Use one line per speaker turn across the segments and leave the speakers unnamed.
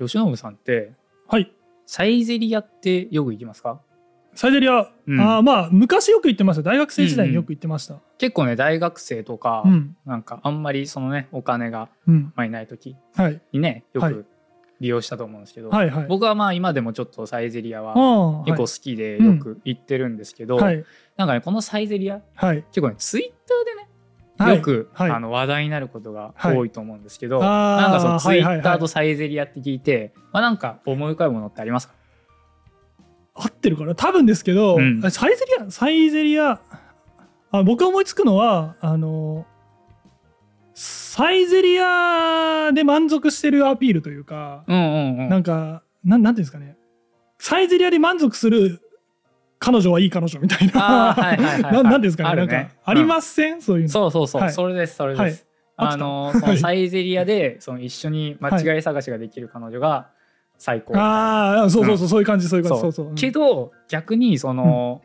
吉野さんって
はい。
サイゼリアってよく行きますか
サイゼリア、
うん
あーまあ昔よく行ってました大学生時代によく行ってました
結構ね大学生とか、
うん
なんかあんまりそのねお金が
うん、
まあいない時
はい、
にねよ
はい
く利用したと思うんですけど、
はいはい
僕はまあ今でもちょっとサイゼリア
あ
は
ーはい
結構好きでよく行ってるんですけど、
はい
なんかねこのサイゼリア
はい
結構ねツイッターで
はい
ねよく、
はい
あの話題になることが
はい
多いと思うんですけど、
あー
なんかそのツイ
はい
ッ
はい
タ
は
ー
い
とサイゼリアって聞いて、まあなんか思い浮かぶものってありますか
合ってるから多分ですけど、
うん
サイゼリアサイゼリアあ僕が思いつくのはあのサイゼリアで満足してるアピールというか、
うんうんう
なんんかなんなんていうんですかねサイゼリアで満足する彼女はいい彼女みたい
あ
な
ーはいはいはいはい
ななんていうんですかね
あるね
なんかありません、そういうの
そうそうそう、
はい
それですそれです、
はい合ってた
あのそのサイゼリアでその一緒に間違い探しができる彼女が最高、
ああそうそうそう、そういう感じそういう感じそうそううん
けど逆にその、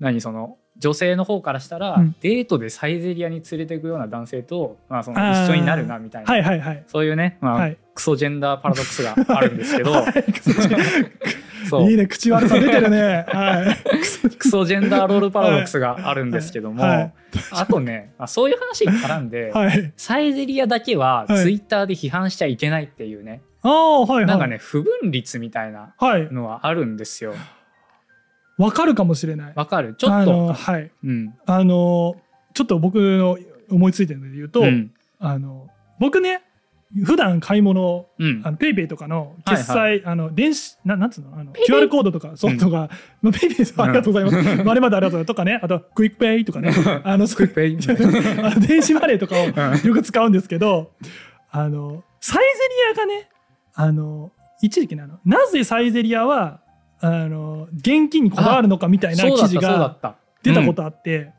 何その女性の方からしたら、
うん
デートでサイゼリアに連れていくような男性と、まあ、その
あー
一緒になるなみたいな、
はいはいはい
そういうね、まあ
はい
クソジェンダーパラドックスがあるんですけど、 そう
いいね口悪さ出てるねはい
クソジェンダーロールパラドックスがあるんですけども、
はいはい
あとね、まあ、そういう話に絡んで、
はい
サイゼリアだけは
はい
ツイッターで批判しちゃいけないっていうね、
ああはいはい
なんかね不分率みたいな
はい
のはあるんですよ。
わかるかもしれない
わかるちょ
あ
っ
の
と、
はい
うん
あのちょっと僕の思いついてるので言うと、
うん
あの僕ね普段買い物を
うん
あのペイペイとかの決済、
は
あの電子ななんつうのあの
イペイ
QR コードとかそうとか、まあ、ペイペイさんありがとうござ います、あれまでありがとうございますとかねあとクイックペイとかねあのそういう
ペイ
あの電子マネーとかを
う
よく使うんですけどあのサイゼリアがねあの一時期ねあのなぜサイゼリアはあの現金にこだわるのかみたいな記事
そうだっ
が
たそうだった
出たことあって、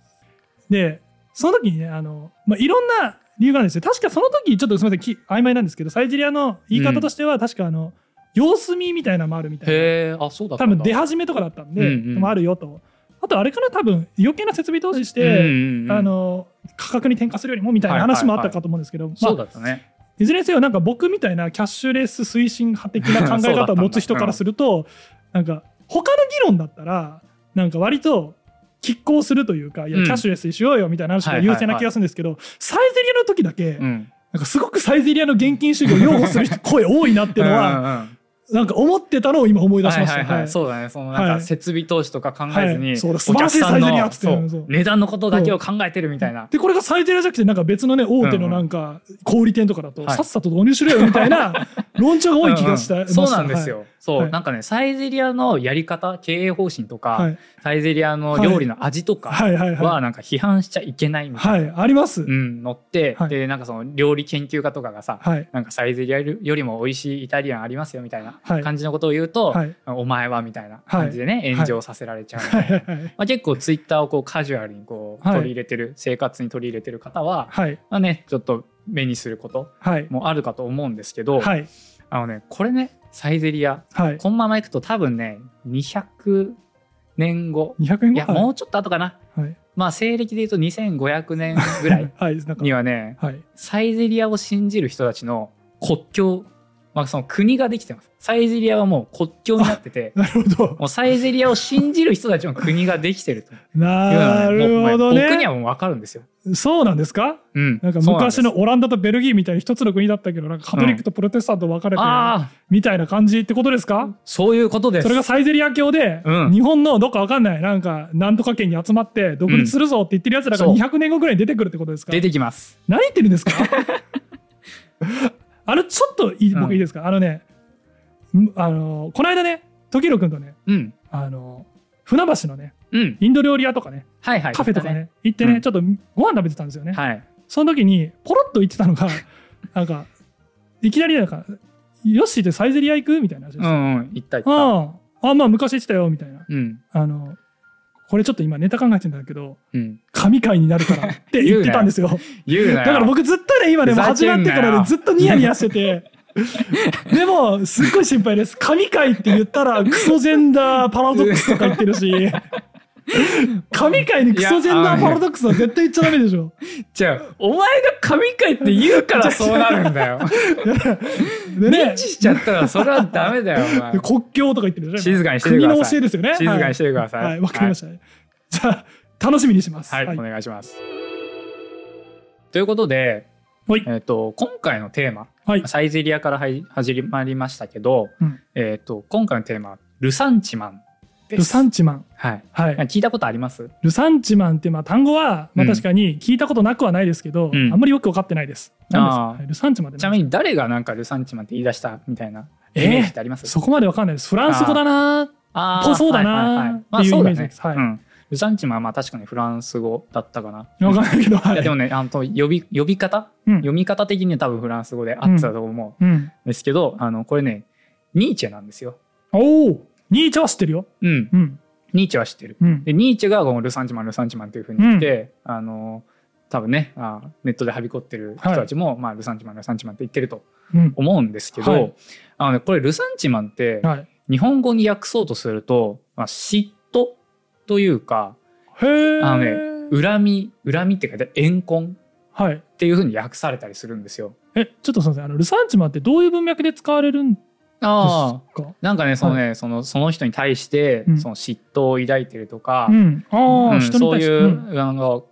でその時にねあの、まあ、いろんな理由があるんですよ確かその時ちょっとすみませんき曖昧なんですけどサイゼリアの言い方としては確かあの、様子見みたいなのもあるみたいな
へえあそうだった
多
んだ
分出始めとかだったんで、
うんうん
もあるよとあとあれから多分余計な設備投資して、
うんうんうん
あの価格に転嫁するよりもみたいな話もあったかと思うんですけど、
そう
まあ、
だったね
いずれにせよなんか僕みたいなキャッシュレス推進派的な考
そう
え
だった
方
んだ
を持つ人からすると、なんか他の議論だったらなんか割と拮抗するというかいや
うん
キャッシュレスにしようよみたいな話が優勢な気がするんですけど、サイゼリアの時だけ、
うん
なんかすごくサイゼリアの現金主義を擁護する人声多いなっていうのは、
うんうんうん
なんか思ってたのを今思い出し
はい
まし
は
た
いはい、
はい
そうだねそのなん
は
か
い
設備投資とか考えずに、
はいそうだ
お
素晴ら
客
しい
さん
サイゼリア
の
っつってね
そ
そうう
値段のことだけを考えてるみたいな
でこれがサイゼリアじゃなくてなんか別のね大手のなんか小売店とかだと
はい
さっさと導入しろよみたい な論調が多い気がした、
うんうん
ました
そうなんですよ、そう、
はい
なんかねサイゼリアのやり方経営方針とか、
はい、はい
サイゼリアの料理の味とか
はいはい
は
は
なんか批判しちゃいけない
い
みたいな、
はいあります、
うん、のって、
はい
でなんかその料理研究家とかがさ、
はい
なんかサイゼリアよりも美味しいイタリアンありますよみたいな
はい
感じのことを言うと、
はい
お前はみたいな感じでね、炎上させられちゃうみた
はいい
な、
はいはい
まあ、結構ツイッターをこうカジュアルにこう
はい
取り入れてる、生活に取り入れてる方は、
はい
まあね、ちょっと目にすること
はい
もあるかと思うんですけど、
はい
あのねこれねサイゼリア
はい
このままいくと多分ね200年後
200円
い
ぐ
や
ら
もうちょっと後かな、
はい
まあ西暦で言うと2500年ぐらい
はいなんか
にはね
はい
サイゼリアを信じる人たちの国境、まあ、その国ができてますサイゼリアはもう国境になって て
なるほど
もうサイゼリアを信じる人たちの国ができてるというの
な
はね
るほど
もう僕に
ね
はもう分かるんですよ。
そうなんですか
うん、
なん
そ
か
うで
昔
す
のオランダとベルギーみたいに一つの国だったけどなんかカトリックとプロテスタント分かれてる
ああ
みたいな感じってことですか、
そういうことです。
それがサイゼリア教で、
うん
日本のどっかわかんない、なんか、なんとか県に集まって、独立するぞって言ってるやつらが
うん
200年後ぐらいに出てくるってことですか、
出てきます。
何言ってる んですかあれ、ちょっといい、
うん
僕いいですか、あのね、んあの、この間ね、時宏君とね、
うん
あの、船橋のね、
うん
インド料理屋とかね、
はいはい。
カフェとかね、
言っ
行ってね、
うん
ちょっとご飯食べてたんですよね。
たね。はい。
その時に、ポロッと言ってた のが、なんか、いきなりなんか、ヨッシーってサイゼリア行くみたいな話です。
うんうん行った行った。
ああ、あまあ昔行ってたよ、みたいな。
うん
あの、これちょっと今ネタ考えてんだけど、
うん。
神回になるからって言ってたんですよ。
言うな
だ
よ。
から僕ずっとね、今ね、もう
ふざ
始
け
ま
ん
っ
な
て
よ
からね、ずっとニヤニヤして て。でも、すっごい心配です。神回って言ったら、クソジェンダーパラドックスとか言ってるし、神回にクソジェンダーパラドックスは絶対言っちゃダメでしょ。
じゃあ、お前が神回って言う からそうなるんだよ。
でね
認、知しちゃったらそれはダメだよ、お前。
国境とか言ってるでしょ。
静かにしてて
国
く
の
だ
教
さ
え
い。
ですよね。
静かにしててください。
はい、わかりました。じゃあ、楽しみにします。
はい、
はい
お。願いします。ということで、
はい
えー、と今回のテーマ、
はい
サイゼリアからはい始まりましたけど、
うん
えー、と今回のテーマはルサンチマンです。
ルサンチマン。
はい、
はい。
聞いたことあります
ルサンチマンってまあ単語はま
う
あ
ん
確かに聞いたことなくはないですけど、
うん
あんまりよく分かってないです。何ですか
あー
はいルサンチマンって
ちなみに誰がなんかルサンチマンって言い出したみたいなイメージ
え
ってあります、
ーそこまで分かんないです。フランス語だなー
あー
ぽそうだ
はいはい
な
は
ー
いまあ
っていう
そ
イ
うだ
メージで
ね
す。はい。
う
わ
ん、ルサンチマンはまあ確かにフランス語だったかな。
かんないけど、はい
やで
い。
もねあの呼び呼び方、
うん
読み方的には多分フランス語で合ってたと思うん
うん。
ですけど、あのこれねニーチェなんですよ。
おお、ニーチェは知ってるよ。
うん、
うん。
ニーチェは知ってる。
うん。
でニーチェがこのルサンチマンルサンチマンっていうふうに言って、あの多分ねあネットではびこってる人たちも、まあ、ルサンチマンルサンチマンって言ってると
うん。
思うんですけど、
はい
あのね、これルサンチマンって
はい。
日本語に訳そうとすると、まあ、嫉妬というか
へえ。
あの恨み恨みって書いて怨恨
はい。
っていうふうに訳されたりするんですよ。
え、ちょっとすみません。あのルサンチマンってどういう文脈で使われるんです
ああ
か。
なんかねそのね、そのその人に対して、
うん
その嫉妬を抱いてるとか、
うん。あ
う
あ、
ん
人に
そう
対し
い
て。
う、
ん
あの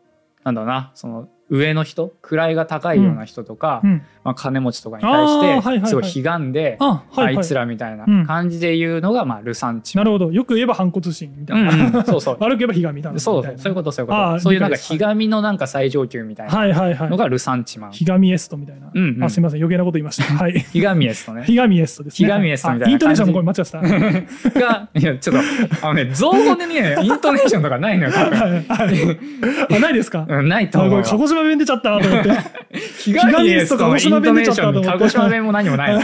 なんだろうなその上の人位が高いような人とか、
うん。
まあ、金持ちとかに対して、
あーはいはいはい
すごい悲願で、
あ、はい
あ
はい
つ
い。
らみたいな
うん
感じで言うのが、まあ、ルサンチ
な
マン
るほど。よく言えば反骨心みたい
うん う。
なん
そうそう
悪く言えばひがみだ
そ
な
う
みたいな。
そうそういうことそういうこ
あー
とそういうなんか
理解
ひ
です
がみのなんか最上級みたいな
はいはいはい
の。がルサンチマン。
ひがみエストみたいな。
うんうん
あすみません余計なこと言いました。はい。
ひがみですとね
ひがみエストですね。
ひがみエストみたいな感じ
あイントネーションもこれ間違ってた。はい
がいやちょっとあのね造語でねイントネーションとかないのよ多分
はいあないですか。
うんない
あ
と
こ
思う
れ鹿
よ
児島弁出ちゃったと思って。
ひがみですとのイン
ひがみ
トネ
で
ーシ
すと鹿児島弁出ちゃっ
ョ
た
ン
と思
に
って
鹿児島弁も何もないの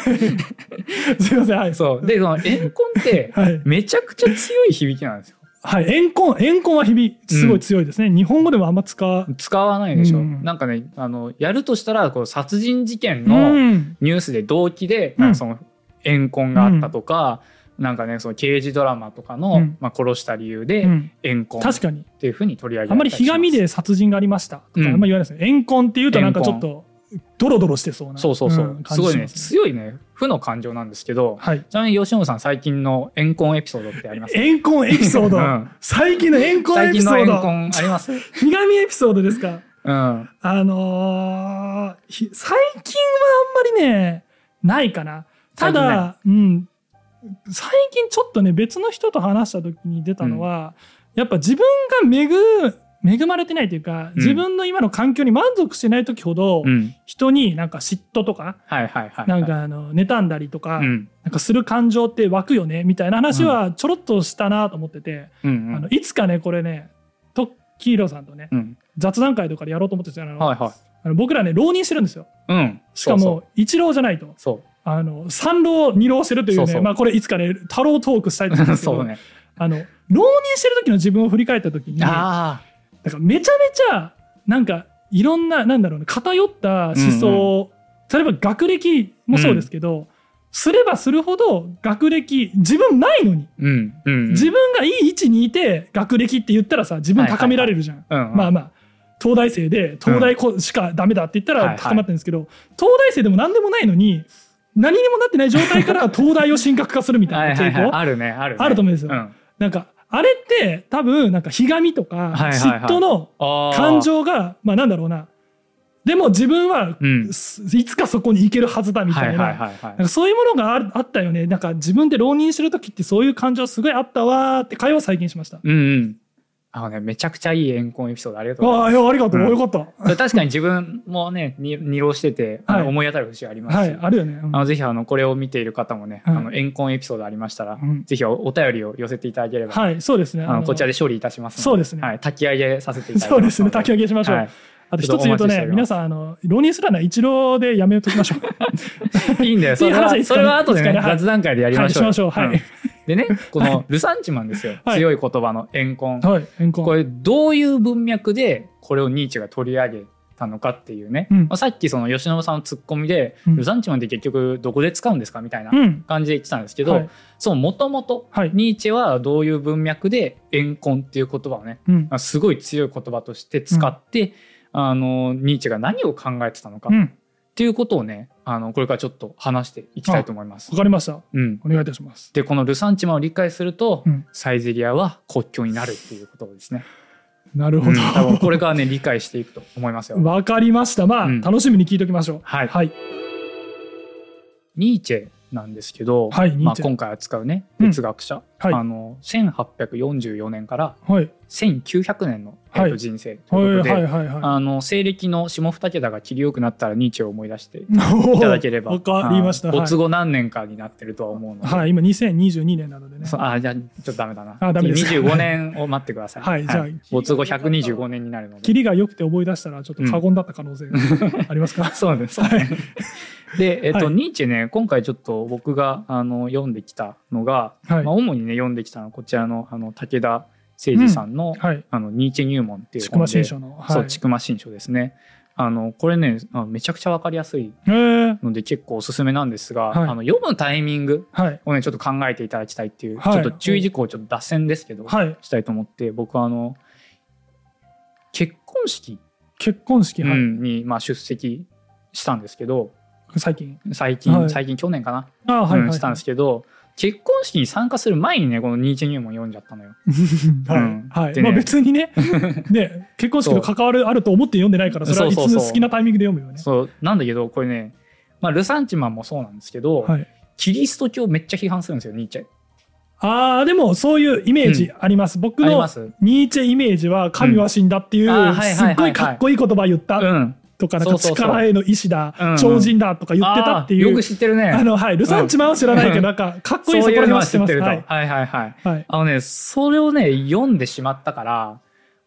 すみませんはい。
そうでその怨恨って
はい。
めちゃくちゃ強い響きなんですよ
はい。怨恨怨恨は日々すごい強いですね。日本語でもあんま使わ。
使わないでしょ、
うん
なんかねあのやるとしたらこう殺人事件
う
の
ん。
ニュースで動機で、
うん
なんかその怨恨があったとか、なんかねその刑事ドラマとかの、
うん
まあ、殺した理由
う
で
ん
怨恨っ
確かに。
ていうふうに取り上げ
あ
ら
んま
れ
り
たり
ひ
します
がみで殺人がありましたとかあんまり言わないですね。怨恨っていうとなんかちょっとドロドロしてそうな。
そうそうそう、
ん
す
感じ
ごい
し
ね
ますね。
強いね負の感情なんですけど
はい。
ちなみに吉野さん最近の怨恨エピソードってあります
怨恨エピソード。
うん
最近の怨恨
最
エピ
近
ソ
の怨
ード。
恨ありますうん
ひがみエピソードですか。
あ
あのーひ最近はあんまりね、ないかな。た
最近
だ、うん。最近ちょっとね、別の人と話した時に出たのは、やっぱ自分が恵む、恵まれてないというか、自分の今の環境に満足してない時ほど、
うん
人になんか嫉妬とか、
はいはいはい
なんかあの、妬んだりとか、
うん
なんかする感情って湧くよね、みたいな話はちょろっとしたなと思ってて、
うん
あ
うん
のいつかね、これね、トッキーロさんとね、
うん
雑談会とかでやろうと思ってたんですよあの
はいはい
あの僕らね浪人してるんですよ
うん
しかも一浪じゃないと
そう
あの三浪二浪してるというね
そうそう
まあこれいつかね太郎トークしたいと思うん
そう
ですけ
そう
ど、
ね
あの浪人してる時の自分を振り返った時になんか
あ
めちゃめちゃなんかいろんななんだろうね偏った思想、例えば学歴もそうですけど、すればするほど学歴自分ないのに、
あうんうん
自分がいい位置にいて学歴って言ったらさ自分高められるじゃん、
うん
まあまあ東大生で東大こしかダメだって言った
はいは
ら
い
高まってるんですけど、東大生でも何でもないのに何にもなってない状態から 東大を神格化するみた
はいい
な
はい
傾向、
はいあるねあるね
あると思うんですよ
ん
なんかあれって多分なんかひがみとか
はいはいはい
嫉妬の
あー
感情がまあなんだろうなでも自分は
うん
すいつかそこに行けるはずだみ
は
た
い
い
はい
な。
はいは
なんかそういうものがあるあったよねなんか自分で浪人してる時ってそういう感情すごいあったわーって会話を最近しました。
いうんうんあのねめちゃくちゃいい怨恨エピソードありがとうございます
ああいやありがとう、
うん
よかった。
それ確かに自分もねに二浪してて、あの
はい
思い当たる節ありますし、
はいあるよね。うん
あのぜひあのこれを見ている方もね、
うん
あの怨恨エピソードありましたら、
うん
ぜひおお便りを寄せていただければ、
はい、そうですね。
あのこちら
で。
で処理いたしますの
そうですね
はい、炊き上げさせていただきます
そうですね。炊き上げしましょう。
はい
あと一つ言うと
ちょっとお
ね、
待ちしております
皆さん、あの、浪人すらない一郎でやめときましょう。
いいんだよそれ
いい話
はい
いです
そ
かね
れは後で
いい
ね
ですかねはい
雑談会 でやりましょうよ、
はいしましょうはい
んでねこのルサンチマンですよ、
はい
強い言葉の怨恨、
はい、変更。
これどういう文脈でこれをニーチェが取り上げたのかっていうね、
うん
まあさっきその吉野さんのツッコミで、
うん
ルサンチマンって結局どこで使うんですかみたいな
うん
感じで言ってたんですけど、
はい
そのもともと
はい
ニーチェはどういう文脈で「怨恨」っていう言葉をね
うん
まあすごい強い言葉として使って、あのニーチェが何を考えてたのか
う
っ
ん
ていうことをねあのこれからちょっと話していきたいと思います
わ。かりました
うん、
お願いいたします
でこのルサンチマンを理解すると、
うん
サイゼリアは国境になるっていうことですね。
なる
う
ほ
ん多分
ど
これからね理解していくと思いますよ。
わかりましたまあ
うん
楽しみに聞いておきましょう
はい
はい
ニーチェなんですけど、
はいニ
ま
ー
あ、
チェ
今回扱うね
うん
哲学者、
はい
あの1844年から
はい
1900年の、えっと
はい
人生と
はいいう
こと
は
で、
いはいはい
あの西暦の下二桁が切りよくなったらニーチェを思い出してい
い
ただければ
わかりました
あの
は
没
い
後何年かになってるとは思うので、
はい今2022年なのでね
そうあじゃあちょっとダメだな
あダメですか
25年を待ってください
はいじゃあ
没後125年になるので
キリが良くて思い出したらちょっと過言だった可能性がありま すか
そうです。で、えっと、
はい
ニーチェね、今回ちょっと僕があの読んできたのが、
はい
まあ、主にね、読んできたのはこちらのあの武田誠二さんの,、
はい
あのニーチェ入門っていう
筑
本
馬
で、
新書のは
そう、
い
ちくま新書ですね。あのこれね、あめちゃくちゃわかりやすい
へー
ので結構おすすめなんですが、
はい
あの読むタイミング
はい
をね、ちょっと考えていただきたいっていう、
はい
ちょっと注意事項をちょっと脱線ですけど、
はい
したいと思って、僕はあの結婚式、
結婚式
う
はい
んにまあ出席したんですけど、
最近
最近、
はい
最近去年かな、
あはい
うん
はい
したんですけど結婚式に参加する前にねこのニーチェ入門読んじゃったのよ。
はい、
うん
はい
でね
まあ別 にねね結婚式と関わるあると思って読んでないからそれはいつ
そうそうそう
好きなタイミングで読むよね
そうなんだけどこれね、まあ、ルサンチマンもそうなんですけど、
はい、
キリスト教めっちゃ批判するんですよニーチェ。
あーでもそういうイメージあります、僕
あり
の
ます
ニーチェイメージは神は死んだっていう、
うんあーはいはい
す
はいは
っ
い
ごいかっこいい言葉言った
うん、
とか,、なんか
そうそうそう
力への意志だ、
うんうん
超人だとか言ってたってい
あーよ
う
く知ってるね。
あのはい、ルサンチマンは知らないけど、なんか、かっこいい
そ
そうこ
いう
ら辺
の
は
は
知っ
知
て
っ
ます。
てると。
は
はいい、。はいはいはい
はい。
あのねそれをね読んでしまったから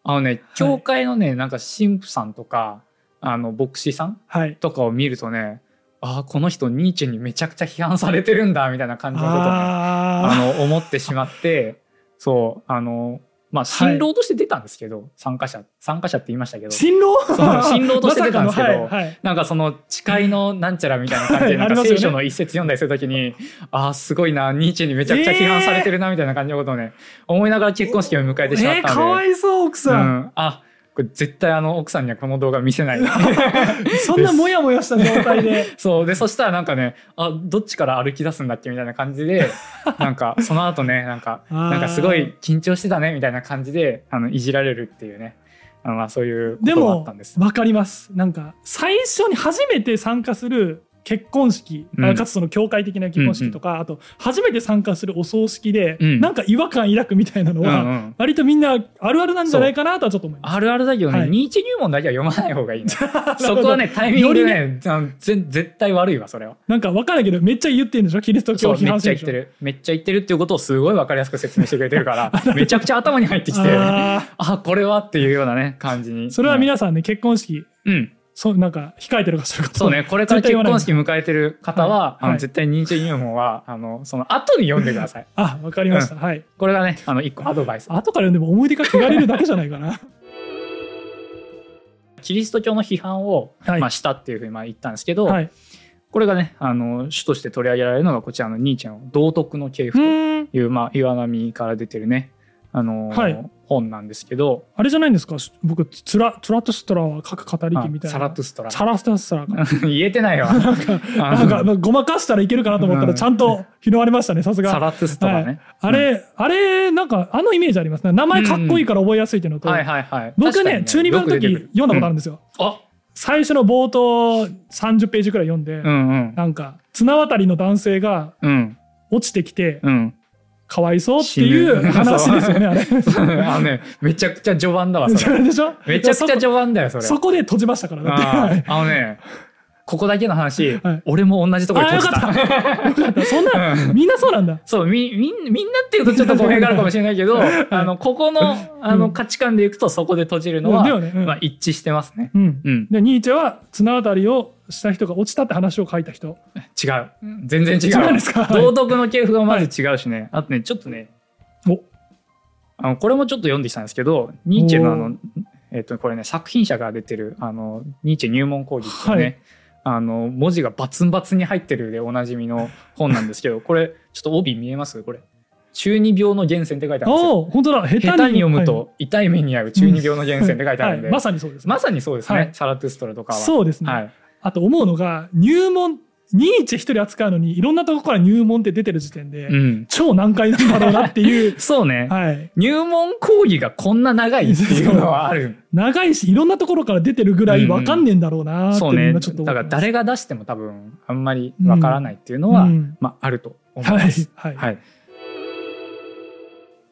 あのね教会のねなんか神父さんとかあの牧師さん
はい。
とかを見るとねああこの人ニーチェにめちゃくちゃ批判されてるんだみたいな感じのことをねあ
あ
の思ってしまってそうあのまあ
はい
新郎として出たんですけど、参加者参加者って言いましたけど
ー。新郎
う新郎として出たんですけど
まさかのはいはい
なんかその誓いのなんちゃらみたいな感じで、
はい
なん
あ
か
りますよね
聖書の一節読んだりするときに、ああ、すごいな、ニーチェにめちゃくちゃ批判されてるな、みたいな感じのことをね、思いながら結婚式を迎えてしま
え
っ
ー、か
たん
わ
で。
いそう、奥
う
さん。
ん、あこれ絶対あの奥さんにはこの動画見せない
そんなもやもやした状態で。
そうでそしたらなんかねあどっちから歩き出すんだっけみたいな感じで なんかその後ねなんか
あー
なんかすごい緊張してたねみたいな感じであのいじられるっていうねあのまあそういうこ
で
とがあっ
も
たんです。、
わかります。なんか、最初に初めて参加する結婚式、あ
うん
かつその教会的な結婚式とか、あと、初めて参加するお葬式で、
うん
なんか違和感抱くみたいなの
うんう
は、
ん、
割とみんなあるあるなんじゃないかなとはちょっと思います。
あるあるだけどね、
はい
ニーチェ入門だけは読まない方が いいね
ほ
そ
ど
こはねタイミングで
よ
ねあのぜ絶対悪いわそれは
なんかわかんないけど、めっちゃ言ってるんでしょキリスト教
そう
批
めっ
判し
ち
て
ゃ
る
言っ
でしてょ
るめっちゃ言ってるっていうことをすごい分かりやすく説明してくれてるから めちゃくちゃ頭に入ってきてあ
あー
これはっていうようなね感じに
それは皆さんね、結婚式、
うん
そう、なんか、控えてるかしてるかと。
そうね、これから
絶対
結
言わない
婚式迎えてる方は、
はい
あ
は
の
い
絶対認知入門は、あの、その後に読んでくだ さい。
あ、わかりました。はい。
これがね、あの、一個アドバイス。
後から読んでも思い出が汚れるだけじゃない かな。
キリスト教の批判を、
はい
まあ、したっていうふうにまあ言ったんですけど、
はい。
これがね、あの、主として取り上げられるのが、こちらのニーチェの道徳の系譜と
うん。
いう、まあ、岩波から出てるね、あの、
はい
本なんですけど、
あれじゃないんですか僕、ツラ、トラトゥストラは各語り
あ
きみたいな。
サラトゥストラ。
サラトゥストラか。
言えてないわ。あ
なん
の
か、ごまかしたらいけるかなと思った
う
ら、
ん
ちゃんと拾われましたね、さす
サ
が。
ラトゥストラね。
あれ、あれ、なんか、あのイメージありますね。名前かっこいいから覚えやすいっていうのと、
はいはいはい。
僕
確かに
ね、中二病の時
よく出てく
読んだことあるんですよ。
あ
最初の冒頭30ページくらい読んで、
うんうん。
なんか、綱渡りの男性が
うん。
落ちてきて、
うん。
かわいそうっていう
死ぬ
話ですよね、あ れ。
あのね、めちゃくちゃ序盤だわ、そ
そ
れ。
れでしょ
めちゃくちゃ序盤だよ、それ。
そこで閉じましたから、だって
あ
は
ー
い。
あのね、ここだけの話、
はい
俺も同じところ
あ
で
よ
閉じ
か
た。
った。よかった。そんな、
うん
みんなそうなんだ。
そうみみんみんなっていうとちょっと語弊があるかもしれない けどあのここのあ
う
の
ん
価値観でいくとそこで閉じるのは、
だよねうん
まあ、一致してますね。
うん。
うん、
で、ニーチェは綱渡りをした人が落ちたって話を書いた人。
違う全然違う
違うんですかはい
道徳の系譜がまず違うしね、あとねちょっとね
お
あのこれもちょっと読んできたんですけどニーチェのあ
お
のえっと、これね、作品者が出てる、あの、ニーチェ入門講義っていうね、
はい
あの、文字がバツンバツンに入ってるでおなじみの本なんですけど、 これ、ちょっと帯見えますこれ。中二病の源泉って書いてあるんですよ。
おお本当だ下手に
下手に読む
は
と痛い目に遭う中二病の源泉って書い
い
てあるん
は
で、
いまさにそうです、
まさにそうですね、
はい
サラトゥストラとかは。
そうですね、
はい、
あと思うのが入門ニーチェ一人扱うのにいろんなとこから入門って出てる時点で、
うん。
超難解なんだろうなっ ていう
そうね、
はい
入門講義がこんな長いっていうのはある。
長いしいろんなところから出てるぐらいわかんねえんだろうなーって
そう
いう
ね。
のがちょっと
だから誰が出しても多分あんまり
うん
わからないっていうのは、
うん
まああると思い
は
ま
い
す。
はい
はい。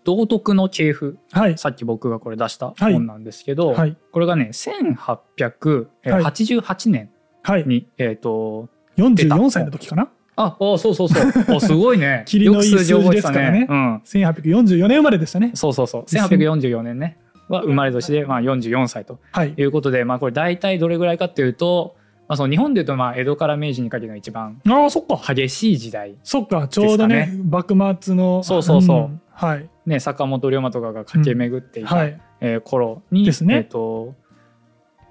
道徳の系譜、
はい
さっき僕がこれ出した
はい
本なんですけど、
はい
これがね、1888年
はい
に、えっ、と、
44歳の時かな
あ、あそうそう そう。おすごいね。
霧のいい
よく覚えてたうん。
数字です1844年生まれでしたね
そうそうそう。1844年ね。は生まれ年で、まあ、44歳と
はい
いうことで、まあ、これ大体どれぐらいかっていうと、まあ、その日本でいうと、まあ、江戸から明治にかけての一番
ああそっか
激しい時代。
そっかちょうどね
です
幕末の
そうそうそうん
はい
ね、坂本龍馬とかが駆け巡っていた、
はい
えー頃に、
ですね
えーと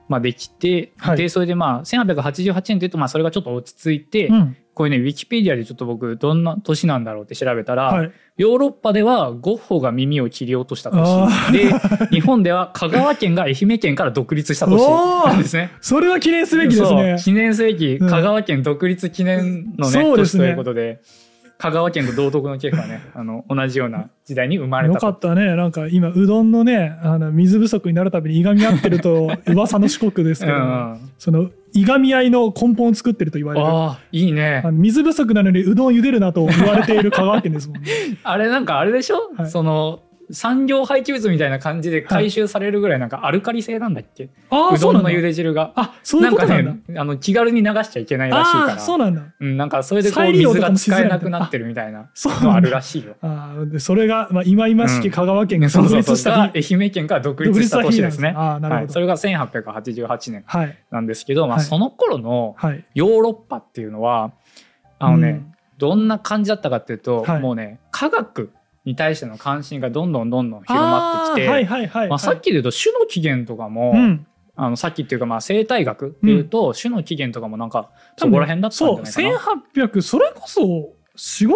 まあ、できて、
はい
でそれでまあ1888年というとまあそれがちょっと落ち着いて、
うん
これねウィキペディアでちょっと僕どんな年なんだろうって調べたら、
はい
ヨーロッパではゴッホが耳を切り落とした
あ
年で日本では香川県が愛媛県から独立した年
おー
なんですね。
それは記念すべきです
そう
ね
記念すべき
う
香
ん
川県独立記念のね、
そうです
年
ね
ということで香川県と道徳の系譜はねあの同じような時代に生まれ
よ
たと
かったねなんか今うどんのねあの水不足になるたびにいがみ合って ると噂の四国ですけど、
うん
そのいがみ合いの根本を作ってると言われる
ああいいね
あの水不足なのにうどん茹でるなと言われている香川県ですもんね
あれなんかあれでしょ、
はい
その産業廃棄物みたいな感じで回収されるぐらいなんかアルカリ性なんだっけ、
あ
う
あそ
ど
うんなん
の
だ
茹で汁が
あそういうことなんだ
かねあの気軽に流しちゃいけないらしい
あ
か
あ
ら
そうなんだ
うん、なんかそれでこ
再
う
利用
水
とか
が
もし
使
づ
え
らいみたい
な
な
くなってるみたいな
そうなんだ
のあるらしいよ。
あーでそれが、まあ、忌々しき香川県が
そう
独
そう
立
そう
し
それ
た
が
日
愛媛県から独立した年ですね。
ああーな
は
る
い、
ほ
そ
ど
れが1888年
はい
なんですけど、まあ、
はい
その頃の
はい
ヨーロッパっていうのはあのね、
うん
どんな感じだったかっていうと、
はい
もうね科学に対しての関心がどんどんどんどん広まってきて
あーはいはいはい
まあ、さっきで言うと種の起源とかも、
うん
あのさっきっていうかまあ生態学っていうと、種の起源とかもなんかそこら辺だったんじゃないかな。
そう1800それこそ4 5 0年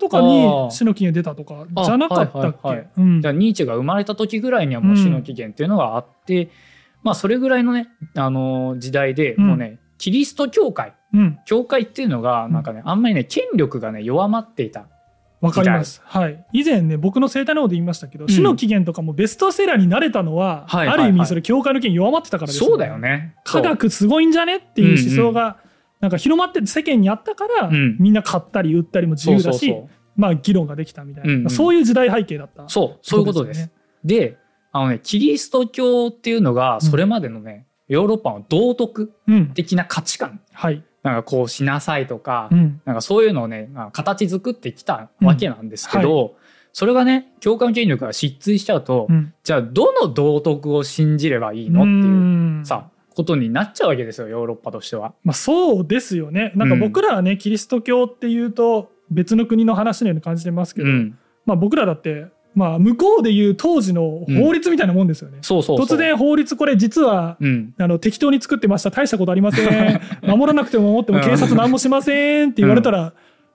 とかに死の期限出たとかじゃなかった
あ
っ
はいはいはい
けうん
じゃあニーチェが生まれた時ぐらいにはもう種の起源っていうのがあって、まあ、それぐらいのね、あのー時代で
うん
もうね、キリスト教会
うん
教会っていうのがなんかね、あんまりね権力がね弱まっていた。
わかります、はい、以前ね僕の生態の方で言いましたけど、死の期限とかもベストセラーになれたのは、
はいはい
ある意味それ教会の権弱まってたからです
そうだよね。
科学すごいんじゃねっていう思想がなんか広まって世間にあったから、
うん
みんな買ったり売ったりも自
そう
由
そ
だ
う
し
そう
まあ議論ができたみたいな、
うんうん
そういう時代背景だった
そう、そういうことです。
よね
であのね、キリスト教っていうのが、それまでのね、ヨーロッパの道徳
うん
的な価値観、
はい、
なんかこうしなさいとか、
うん
なんかそういうのをね、まあ形作ってきたわけなんですけど、それがね、教会の権力が失墜しちゃうと、
うん
じゃあどの道徳を信じればいいのっていう、
ん
さ、ことになっちゃうわけですよ、ヨーロッパとしては。
まあ、そうですよねなんか
うん
僕らはね、キリスト教っていうと別の国の話のように感じてますけど、
うん。
まあ、僕らだって、まあ、向こうでいう当時の法律みたいなもんですよね。
そうそうそう。
突。然法律これ実は
うん。
あの適当に作ってました大したことありませ ん守らなくても守っても
うん
警察何もしませんって言われたら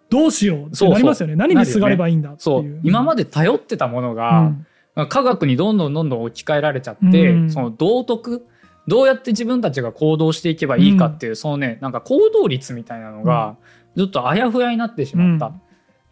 どうしようってなりますよ
そうそ
ね
う
何にすがればいいんだっていう
そう、今ま
で
で頼ってたものが、まあ科学にどんどんどんどん置き換えられちゃって、
うん
その道徳どうやって自分たちが行動していけばいいかっていう、そのねなんか行動率みたいなのがずっとあやふやになってしまった
うん
っ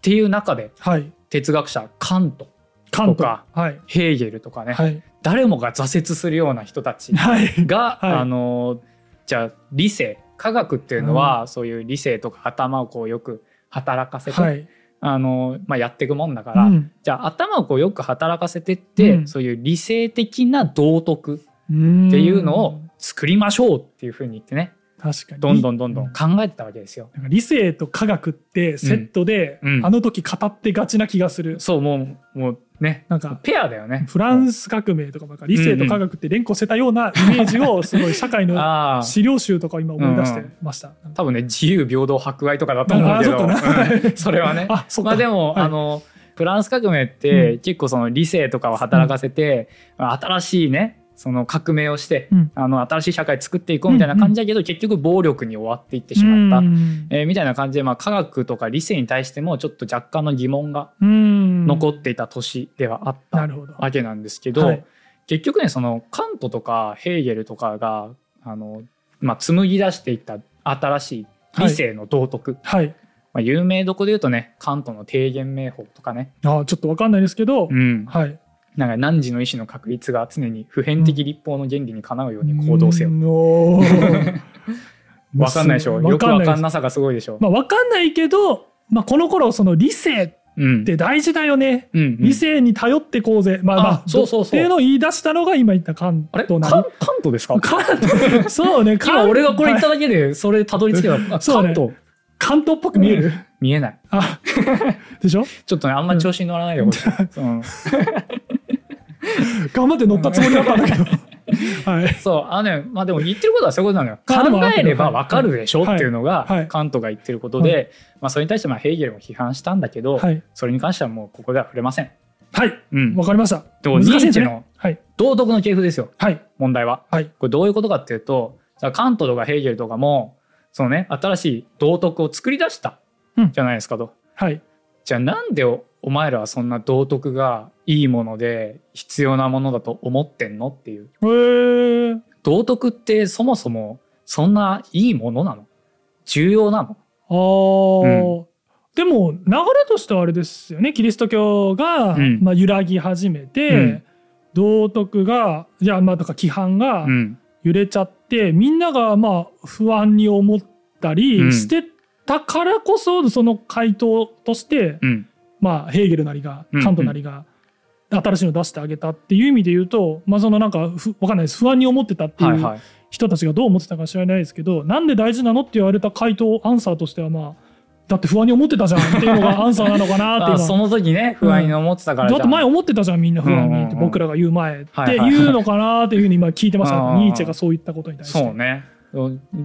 ていう中で
はい
哲学者カント
カント
とか
はい
ヘーゲルとかね、
はい
誰もが挫折するような人たち
はい
が、
はい
あのじゃあ理性科学っていうのは、そういう理性とか頭をこうよく働かせて、
はい
あのまあ、やっていくもんだから、じゃあ頭をこうよく働かせてって、
うん
そういう理性的な道徳
うん
っていうのを作りましょうっていうふうに言ってね
確かに
どんどんどんど
うん
考えてたわけですよ。
なんか理性と科学ってセットで、
うんうん
あの時語ってがちな気がする
そうもうもうね
なんか
ペアだよね。
フラン
ス
ス革命とかなんか理性と科学って連呼してたようなイメージをすごい社会の
ああ
資料集とかを今思い出してました。
多分ね自由平等博愛とかだと思うけど
あ そっかな
うんそれはね。
あそっか
まあでも、
はい
あのフランス革命っ
う
て結構その理性とかを働かせて、新しいねその革命をして、
うん
あの新しい社会作っていこうみたいな感じだけど、結局暴力に終わっていってしまった、
うん
えーみたいな感じで、まあ、科学とか理性に対してもちょっと若干の疑問が
うん
残っていた年ではあった
なるほど
わけなんですけど、
はい
結局ねそのカントとかヘーゲルとかがあの、まあ、紡ぎ出していった新しい理性の道徳、
はい
まあ、有名どこで言うとねカントの提言名法とかね、
ああちょっとわかんないですけど、
うん、
はい
なんか汝の意思の確立が常に普遍的立法の原理にかなうように行動せよ
う。ん おー
わかんないでしょ。よくわかんなさがすごいでしょ。
まあ、わかんないけど、まあ、この頃その理性っ
うん。
て大事だよね、
うんうん
理性に頼ってこうぜ、まあまあ
あそうそうそう
っていうのを言い出したのが今言った関
あれカ
東
ン
なり
カントですか
関そうね
今
関
俺がこれ言っただけでそれたどり着 けば、あ
そうね
関東
関東っぽく見える、
見えない。
あでしょ
ちょっとね、あんま調子に乗らないでほしい。 うん
頑張って乗ったつもりだったんだけ どはい
そう、あのね、まあでも言ってることはそういうことなのよ。
あでも
考えればわかるでしょっていうの
はいは
が
い
カントが言ってることで、
は
まあそれに対してまあヘーゲルも批判したんだけど、
はい
それに関してはもうここでは触れません。
はい
うん。
わかりました
でも
難しいんです
ニーチェ
ね
の
はい
道徳の系譜ですよ、
はい
問題は。
はい
これどういうことかっていうと、さカントとかヘーゲルとかも、そのね、新しい道徳を作り出した
うん
じゃないですかと。
はい
じゃあなんでおお前らはそんな道徳がいいもので必要なものだと思ってんのっていう。
えー、
道徳ってそもそもそんないいものなの重要なの
あー、でも流れとしてはあれですよねキリスト教が、
うん
まあ、揺らぎ始めて、
うん
道徳がいやまあとか規範が
うん。
揺れちゃって、みんながまあ不安に思った
う
り
ん
してたからこそその回答として、
うん。
まあ、ヘーゲルなりが
うん
カントなりが新しいのを出してあげたっていう意味で言うと、まあ、そのなんかふわかんないです不安に思ってたってい
はいうはい。
人たちがどう思ってたか知らないですけど、なんで大事なのって言われた回答アンサーとしてはまあだって不安に思ってたじゃんっていうの がアンサーなのかなって
あ
いう
その時ね、不安に思ってたからじ
だ
ゃん
って前思ってたじゃんみんな不安にっ
うん
て
うんうん
僕らが言う前って
はいはい
いうのかなっていうふうに今聞いてました
うんうんうん
ニーチェがそういったことに対して。
そうね。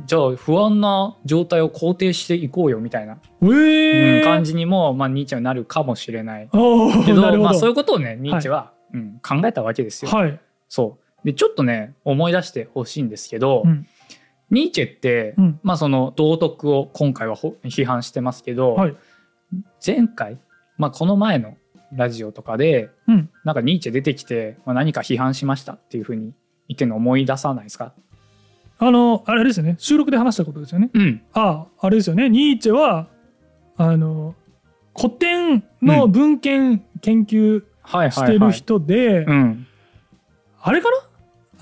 じゃあ不安な状態を肯定していこうよみたいな
えー
うん感じにも、まあ、ニーチェはなるかもしれない
おー
けど
なるほど、
まあ、そういうことをねニーチェは、うん、考えたわけですよ。
はい、
そうでちょっとね思い出してほしいんですけど、
うん
ニーチェって、
うん
まあ、その道徳を今回はほ批判してますけど、
はい
前回、まあ、この前のラジオとかで、
うん
なんかニーチェ出てきて、まあ、何か批判しましたっていうふうに言ってるの思い出さないですか、
あのあれですよね収録で話したことですよね。
うん
ああれですよねニーチェはあの古典の文献研究
はい
し
はい
て
は
る
い
人で、
うん、
あれか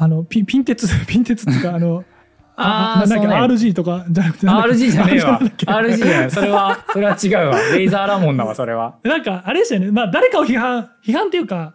なあのピピン鉄 ピン鉄っていうかあの
あー
ななんだっ
そう
け RG とかじゃなくて なんだっけ
RG じゃねえわ
RG
RG じゃないそれはそれは違うわレイザーラモンだわそれは
なんかあれですよねまあ誰かを批判批判っていうか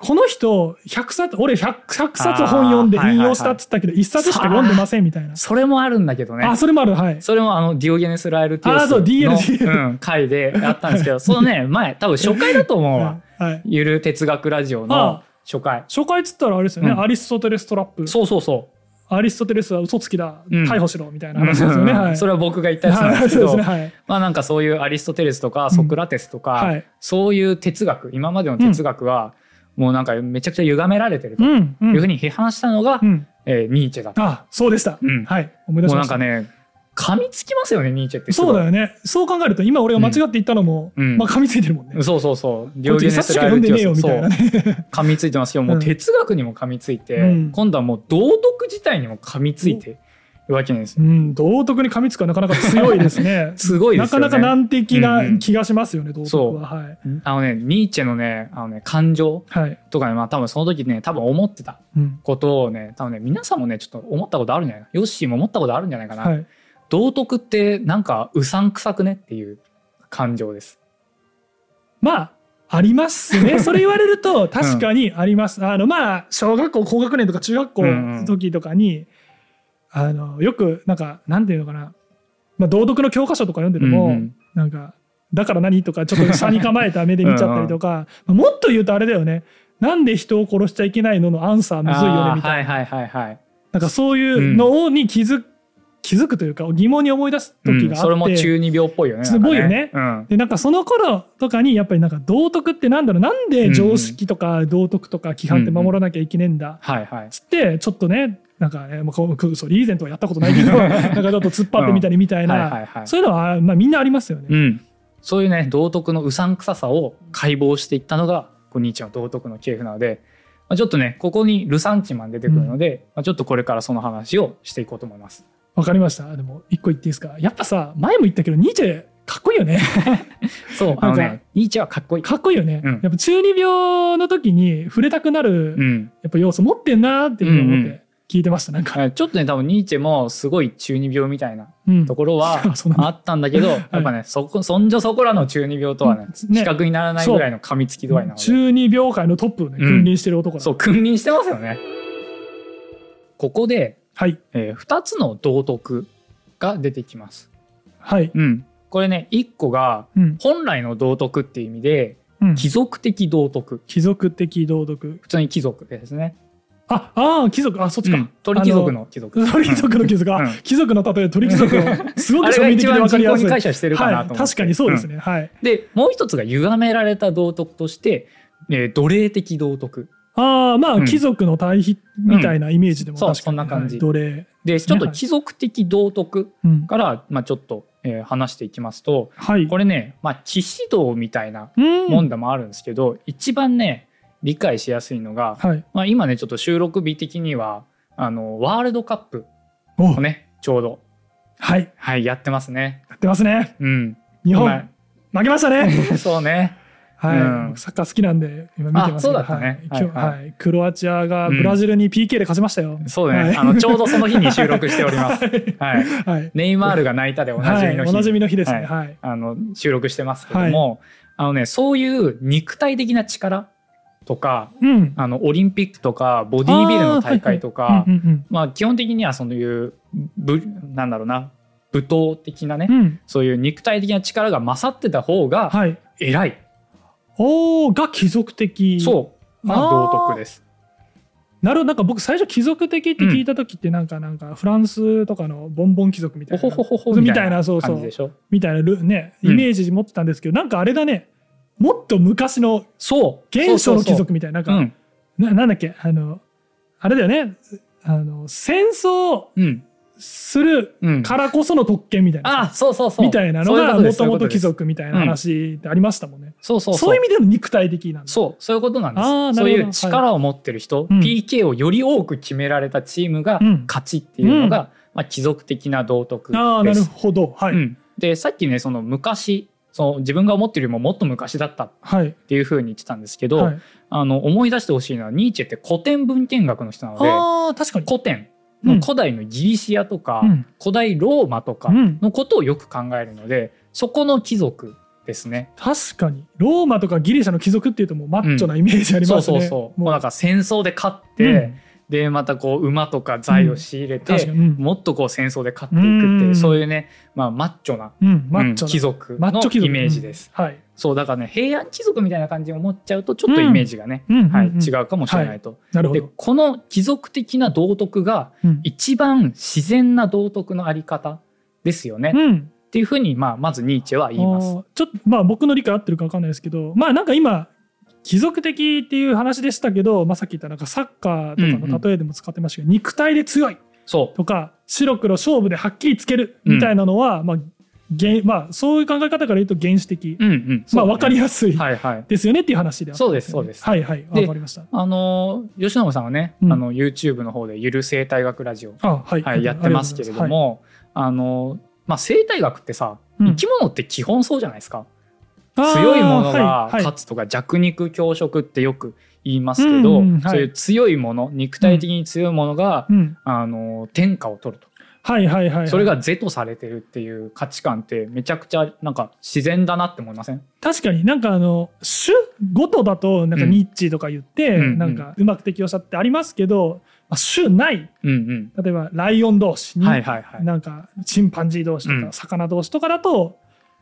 この人100冊俺 100, 100冊本読んで
あーはいはい
引
はい
用したっつったけど1冊しか読んでませんみたいな、
それもあるんだけどね
あそれもあるはい
それもあのディオゲネス・ラエルティオスの
あそう DL
うん、回でやったんですけどそのね前多分初回だと思うわ
はいはい
ゆる哲学ラジオ
あ
の初回
紹介っつったらあれですよね、
うん
アリストテレストラップ
そうそうそ
アリストテレスは嘘つきだ、
うん
逮捕しろみたいな
う、
話ですよね。はい、
それは僕が言ったやつなん
は
で
い
す
そ
け
うです
ど、
ね。はい。
まあなんかそういうアリストテレスとかソクラテスとか、
はい。
そういう哲学今までの哲学はもうなんかめちゃくちゃ歪められてるとい
うん。うん
うふうに批判したのが、
うん。
えーニーチェだった
あ、そうでした。
うん
はい。思い
も
出し
う
ま
なん
し
か
た。
ね噛みつきますよねニーチェってすごい
そうだよね。そう考えると、今俺が間違って言ったのも、
うん
まあ噛みついてるもんね。
そうそうそうデ
こっち一冊しか読んでねえよみたいなね。
噛みついてますよもううん哲学にも噛みついて、
うん
今度はもう道徳自体にも噛みついてるわけなんです
う
よ。。
ん。道徳に噛みつくはなかなか強いですね
すごいで
な
す
か
よね。
なか難敵な気がしますよね、道徳は。はい。
あのねニーチェのねあのね感情
はい。
とかねまあ多分その時ね多分思ってた
うん。
ことをね多分ね皆さんもねちょっと思ったことあるんじゃないかなヨッシーも思ったことあるんじゃないかな、
はい。
道徳ってなんかうさんくさくねっていう感情です。
まあ、ありま すね。それ言われると、確かにあります。あの、まあ、小学校、高学年とか中学校の時とかに、あの、よく、なんか、なんていうのかな。まあ、道徳の教科書とか読んでても、
うんうん
なんか、だから何とか、ちょっと下に構えた目で見ちゃったり とか、まあもっと言うとあれだよね。なんで人を殺しちゃいけないののアンサーむずいよね、みたいな。
あーはいはいはいはい。
なんかそういうのに気づき、気づくというか疑問に思い出す時
うん
があって、
それも中二病っぽいよね。
すごいよね
なんかね
でなんかその頃とかにやっぱりなんか道徳ってなんだろうなんで常識とか道徳とか規範って守らなきゃいけねえんだ、
うん。はいはい。
つってちょっとねなんかね、まあ、こうこうそうリーゼントはやったことな いけどなんかちょっと突っ張ってみたりみたい
はい
な、
はいはい。
そういうのは、まあ、みんなありますよね。
うん、そういうね道徳のうさんくささを解剖していったのがこうニーチェの道徳の系譜なので、まあ、ちょっとねここにルサンチマン出てくるので、まあ、ちょっとこれからその話をしていこうと思います。
わかりました。でも、一個言っていいですか。やっぱさ、前も言ったけど、ニーチェ、かっこいいよね。
そうあのねニーチェはかっこいい。
かっこいいよね。
うん
やっぱ中二病の時に触れたくなる、
うん、
やっぱ要素持ってんなーっていうふうに思っ
うんう
て聞いてました。なんか、
はいちょっとね多分ニーチェもすごい中二病みたいな
うん
ところは
あ そうなんだ
あったんだけど、やっぱねそこそんじょそこらの中二病とはね
うんね
比較にならないぐらいの噛みつき度合いなので。
中二病界のトップをね、
うん
君臨してる男だ。
そう君臨してますよね。ここで、
はい。
え2つの道徳が出てきます。
はい。
うん、これね1個が
うん。
本来の道徳っていう意味で
うん
貴族的道徳
貴族的道徳。
普通に貴族ですね、
あ、ああ、貴族。あ、そっち
う
か。
ん、鳥貴族の貴族
鳥貴族の貴族。あ
うん
貴族の例え、鳥貴族の。すご
あ
く
れが
庶民的
一
で
番
わかり
人
や
口
す
に
い。
感謝してるかな
は
と思っ
い。
て、
確かにそうですね。はい。
うんでもう一つが歪められた道徳として、えー奴隷的道徳
ああまあ、
うん
貴族の対比みたいなイメージでも
うんそう
確かに、
そんな感じ
はい奴隷、
でちょっと貴族的道徳
うん、
から、まあ、ちょっと、えー話していきますと
はい
これね、まあ、騎士道みたいな
うん
もんだもあるんですけど、一番ね理解しやすいのが、
はい
まあ、今ねちょっと収録日的にはあのワールドカップ
お
をねちょうど
はい
はいやってますね
やってますね
うん
日本負けましたね
今 そうね
はい、
うん
サッカー好きなんで今見てますけど
あそうだったね
はい今日
はいは
はいいクロアチアがブラジルに PK で勝ちました よ、
そうね、
はい
あのちょうどその日に収録しておりますはい
はい、はい
ネイマールが泣いたでおなじみの日、
おなじみの日ですね
はい
はい、
あの収録してますけども、あのねそういう肉体的な力とか
うん
あのオリンピックとかボディービルの大会とか、
うんうん
まあ基本的にはそういうぶなんだろうな武闘的なね、
うんうん
そういう肉体的な力が勝ってた方が
はい
偉い、
おおが貴族的
そうまあ
あー
道徳です
なるほどなんか僕最初貴族的って聞いた時ってなんかなんかフランスとかのボンボン貴族みた
お
いな
ほほほほ
み
み
た
た
い
い
な
な
そうそう
感じでしょ
みたいなルね
うん
イメージ持ってたんですけど、なんかあれだねもっと昔の
そう
原初の
そう
貴
そう
族みたいななん
そ
か
ううん
ななんだっけあのあれだよねあの戦争
うん
する
うん
からこその特権みたいな、
あそうそうそう
みたいなの
そういうこ
が
とで
も
す
ともと貴
そういうこ
族みたいな話ってありましたもん
と
ね、
ですそうそう
そういう意味での肉体的なんだ
そうそういうことなんで
あー
すそ
な
う
るほど
いう力を持ってる人、
うん
PK をより多く決められたチームが
うん
勝ちっていうのが、まあ、貴族的な道徳です
ああなるほどはい、
うん、でさっきねその昔その自分が思ってるよりももっと昔だったっ
はい
ていうふうに言ってたんですけど、
はい
あの思い出してほしいのはニーチェって古典文献学の人なので
ああ確かに
古典、
うん
古代のギリシアとか、
うん
古代ローマとか
うん
のことをよく考えるのでそこの貴族ですね。
確かにローマとかギリシャの貴族っていうともうマッチョなイメージあり
そう
ます
そ
ね、
うそう
も
もうなんか戦争で勝って、
うん
でまたこう馬とか財を仕入れて、
確かに、うん
もっとこう戦争で勝っていくっていう、
うん
そういうね、まあ、マッチョな
うんマッチョな、
貴族
マッチョ貴
の
族
イメージです。、
うんはい、
そうだからね平安貴族みたいな感じに思っちゃうとちょっとイメージがね、
うんうん
はい、
うん
違うかもしれないと。
なるほ
で
ど、
この貴族的な道徳が
うん
一番自然な道徳のあり方ですよね、
うん
っていうふうに、まあ、まずニーチェは言います。
あーちょっとまあ僕の理解合ってるか分かんないですけどまあなんか今貴族的っていう話でしたけど、まあ、さっき言ったなんかサッカーとか
うんう
の
ん
例えでも使ってましたけど、肉体で強い
そう
とか白黒勝負ではっきりつけるみたいなのは、まあ原まあ、そういう考え方から言うと原始的、
うんうん
まあ
そうだね
分かりやすい
はいはい
ですよねっていう話であったん
そうです
よねはいはい
で
分かりました
あのー吉野さんはね、
うん
あの YouTube の方で「ゆる生態学ラジオ」
あはい、
はい、やってますけれどもあの、まあ、生態学ってさ
うん
生き物って基本そうじゃないですか、
ありがとうござ
強いも
ま
の
す
が
はいはい
勝つとか弱肉強食ってよく言いますけど、
うんうんはい
そういう強いもの肉体的に強いものが、
うん
あの天下を取ると、
はいはいはいはい
それが是とされてるっていう価値観ってめちゃくちゃなんか自然だなって思いません
確かになんかあの種ごとだとなんかニッチとか言って、
うんうんうん
なんかうまく適応したってありますけど、まあ、種ない
うん
例えばライオン同士
うん
に、
はいはいはい。
なんかチンパンジー同士と
う
か
ん
魚同士とかだと、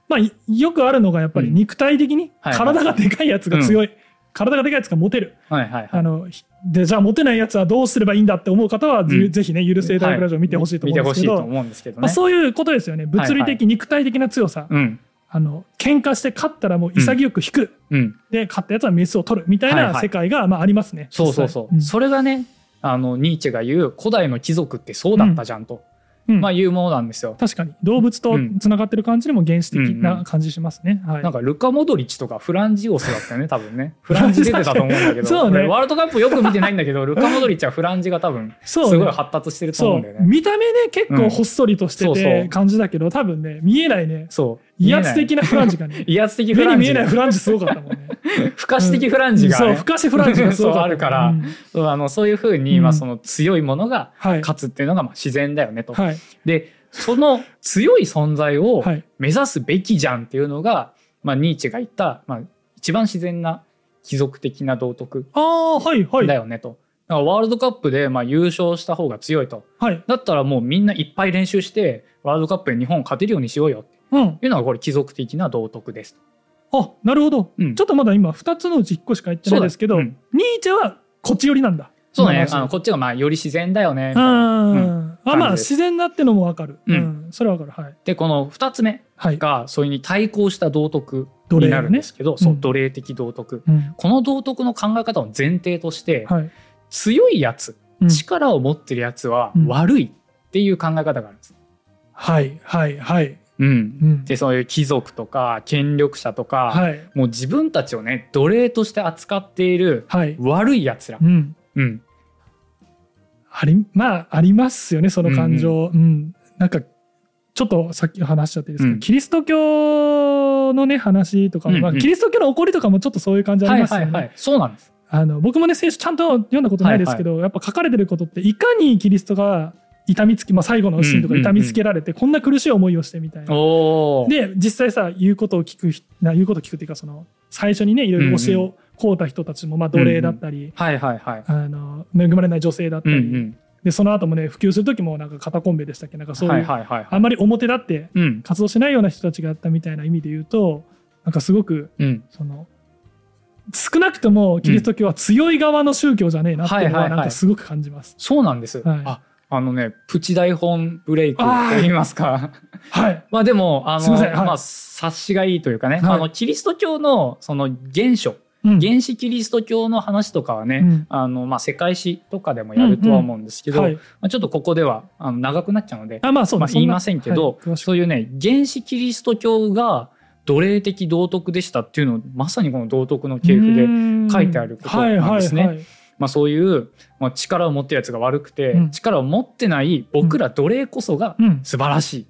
まあいよくあるのがやっぱり
うん
肉体的に
はいはい
体がでかいやつが強い体がでかいやつがモテる
はいはいは
あのひでじゃあモテないやつはどうすればいいんだって思う方は、ぜ
うん
ぜひねゆるせいダイブラジオを見てほしい
い。
と
見
思
てほ
うんです
しい
け
と
ど、
思うんですけど
まあ、
ね。
そういうことですよね物理
はい
的肉体的な強さ、
うん
あの喧嘩して勝ったらもう潔く引く、
うん。
で勝ったやつはメスを取るみたい
はい
な
はい
世界が、まあ、ありますね
そうそうそう。
実際
それがねあのニーチェが言う古代の貴族ってそうだったじゃんと、
うんうん
まあいうものなんですよ。
確かに動物とつながってる感じにも原始的な感じしますね、はい
なんかルカ・モドリッチとかフランジオスだったよ ね多分ねフランジ出てたと思うんだけど
そうね
俺ワールドカップよく見てないんだけど ルカ・モドリッチはフランジが多分
そ
す
う
ごい
ね
発達してると
そ
思う
うん
だよね。
見た目ね結構ほっそりとして
うんそうそ
て
う
感じだけど、多分ね見えないね
そう
威
見
圧
えない
的なフランジ がね
威圧的フ
目
ラ
に
ン
見
ジ
えないフランジすごかったもんね
不可視的フランジが、ね
そう不可視フランジがすごかった
そうあるから
うん
そうあのそういうふう
う
に、
ん
まあ、その強いものが
はい
勝つっていうのがまあ自然だよねと。
はい
でその強い存在を
はい
目指すべきじゃんっていうのが、まあ、ニーチェが言った、まあ、一番自然な貴族的な道徳
ああはいはい
だよねと。だからワールドカップでまあ優勝した方が強いと。
はい
だったらもうみんないっぱい練習してワールドカップで日本勝てるようにしようよって
うん
いうのがこれ貴族的な道徳です。
あなるほど、
うん
ちょっとまだ今2つのうち1個しか言ってないですけど、
そうだうん
ニーチェはこっち寄りなんだ
そうだね
今。
あの
の話
こっちがまあより自然だよねみたいな。
あーあ
感じ
まあ
です
自然だってのも分かる、う
うんん
それは分かるはい
でこの2つ目
はい、
がそれに対抗した道徳
奴隷
に
ね
なるんですけど、そううん奴隷的道徳、
うん
この道徳の考え方の前提として、
はい
強いやつ
うん
力を持ってるやつは
うん
悪いっていう考え方があるんです。
はいはいはい、
うん
うん
でそういう貴族とか権力者とか、
はい
もう自分たちをね奴隷として扱っている
はい、
悪いやつら
う、ん、
うん
ありまあありますよねその感情、うんなんかちょっとさっき話しちゃっていいですけど、
うん
キリスト教のね話とか、
うんうん
まあ、キリスト教の怒りとかもちょっとそういう感じあ
は
り
い
ますよ
は
ね、
いはいそうなんです。
あの僕もね聖書ちゃんと読んだことないですけど、やっぱ書かれてることっていかにキリストが痛みつき、まあ、最後のシーンとか
うんうんうん
痛みつけられて、こんな苦しい思いをしてみたいな。
おお、
で実際さ言うことを聞くひな言うことを聞くっていうかその最初にねいろいろ教え
うん
を請うた人たちも、まあ、奴隷だったり、
はいはいはい。
あの恵まれない女性だった
うん
り、
うん
でその後もね普及する時もなんか肩コンベでしたっけなんかそういう、
はいはいはいは
あんまり表立って
い。うん
活動しないような人たちがあったみたいな意味で言うとなんかすごく
うん
その少なくともキリスト教は強い側の宗教じゃねえなっていうの
はいは
はい
は
ないんかすごく感じます。
そうなんです。
はい
ああのねプチ台本ブレイクと言いますか。
はい、
まあでもあ
すい
の
ませんはい
まあ察しがいいというかね、
はい
あのキリスト教のその原初
うん
原始キリスト教の話とかはね、
うん
あのまあ、世界史とかでもやるとは思うんですけど、
はい、
まあ、ちょっとここではあの長くなっちゃうので、
あまあそうね
まあ、言いませんけど、
そなはい詳しく
そういうね原始キリスト教が奴隷的道徳でしたっていうのをまさにこの道徳の系譜で、書いてあることなんですね
はいはいはい
まあ、そういう、まあ、力を持ってるやつが悪くて、
うん
力を持ってない僕ら奴隷こそが
うん、
素晴らし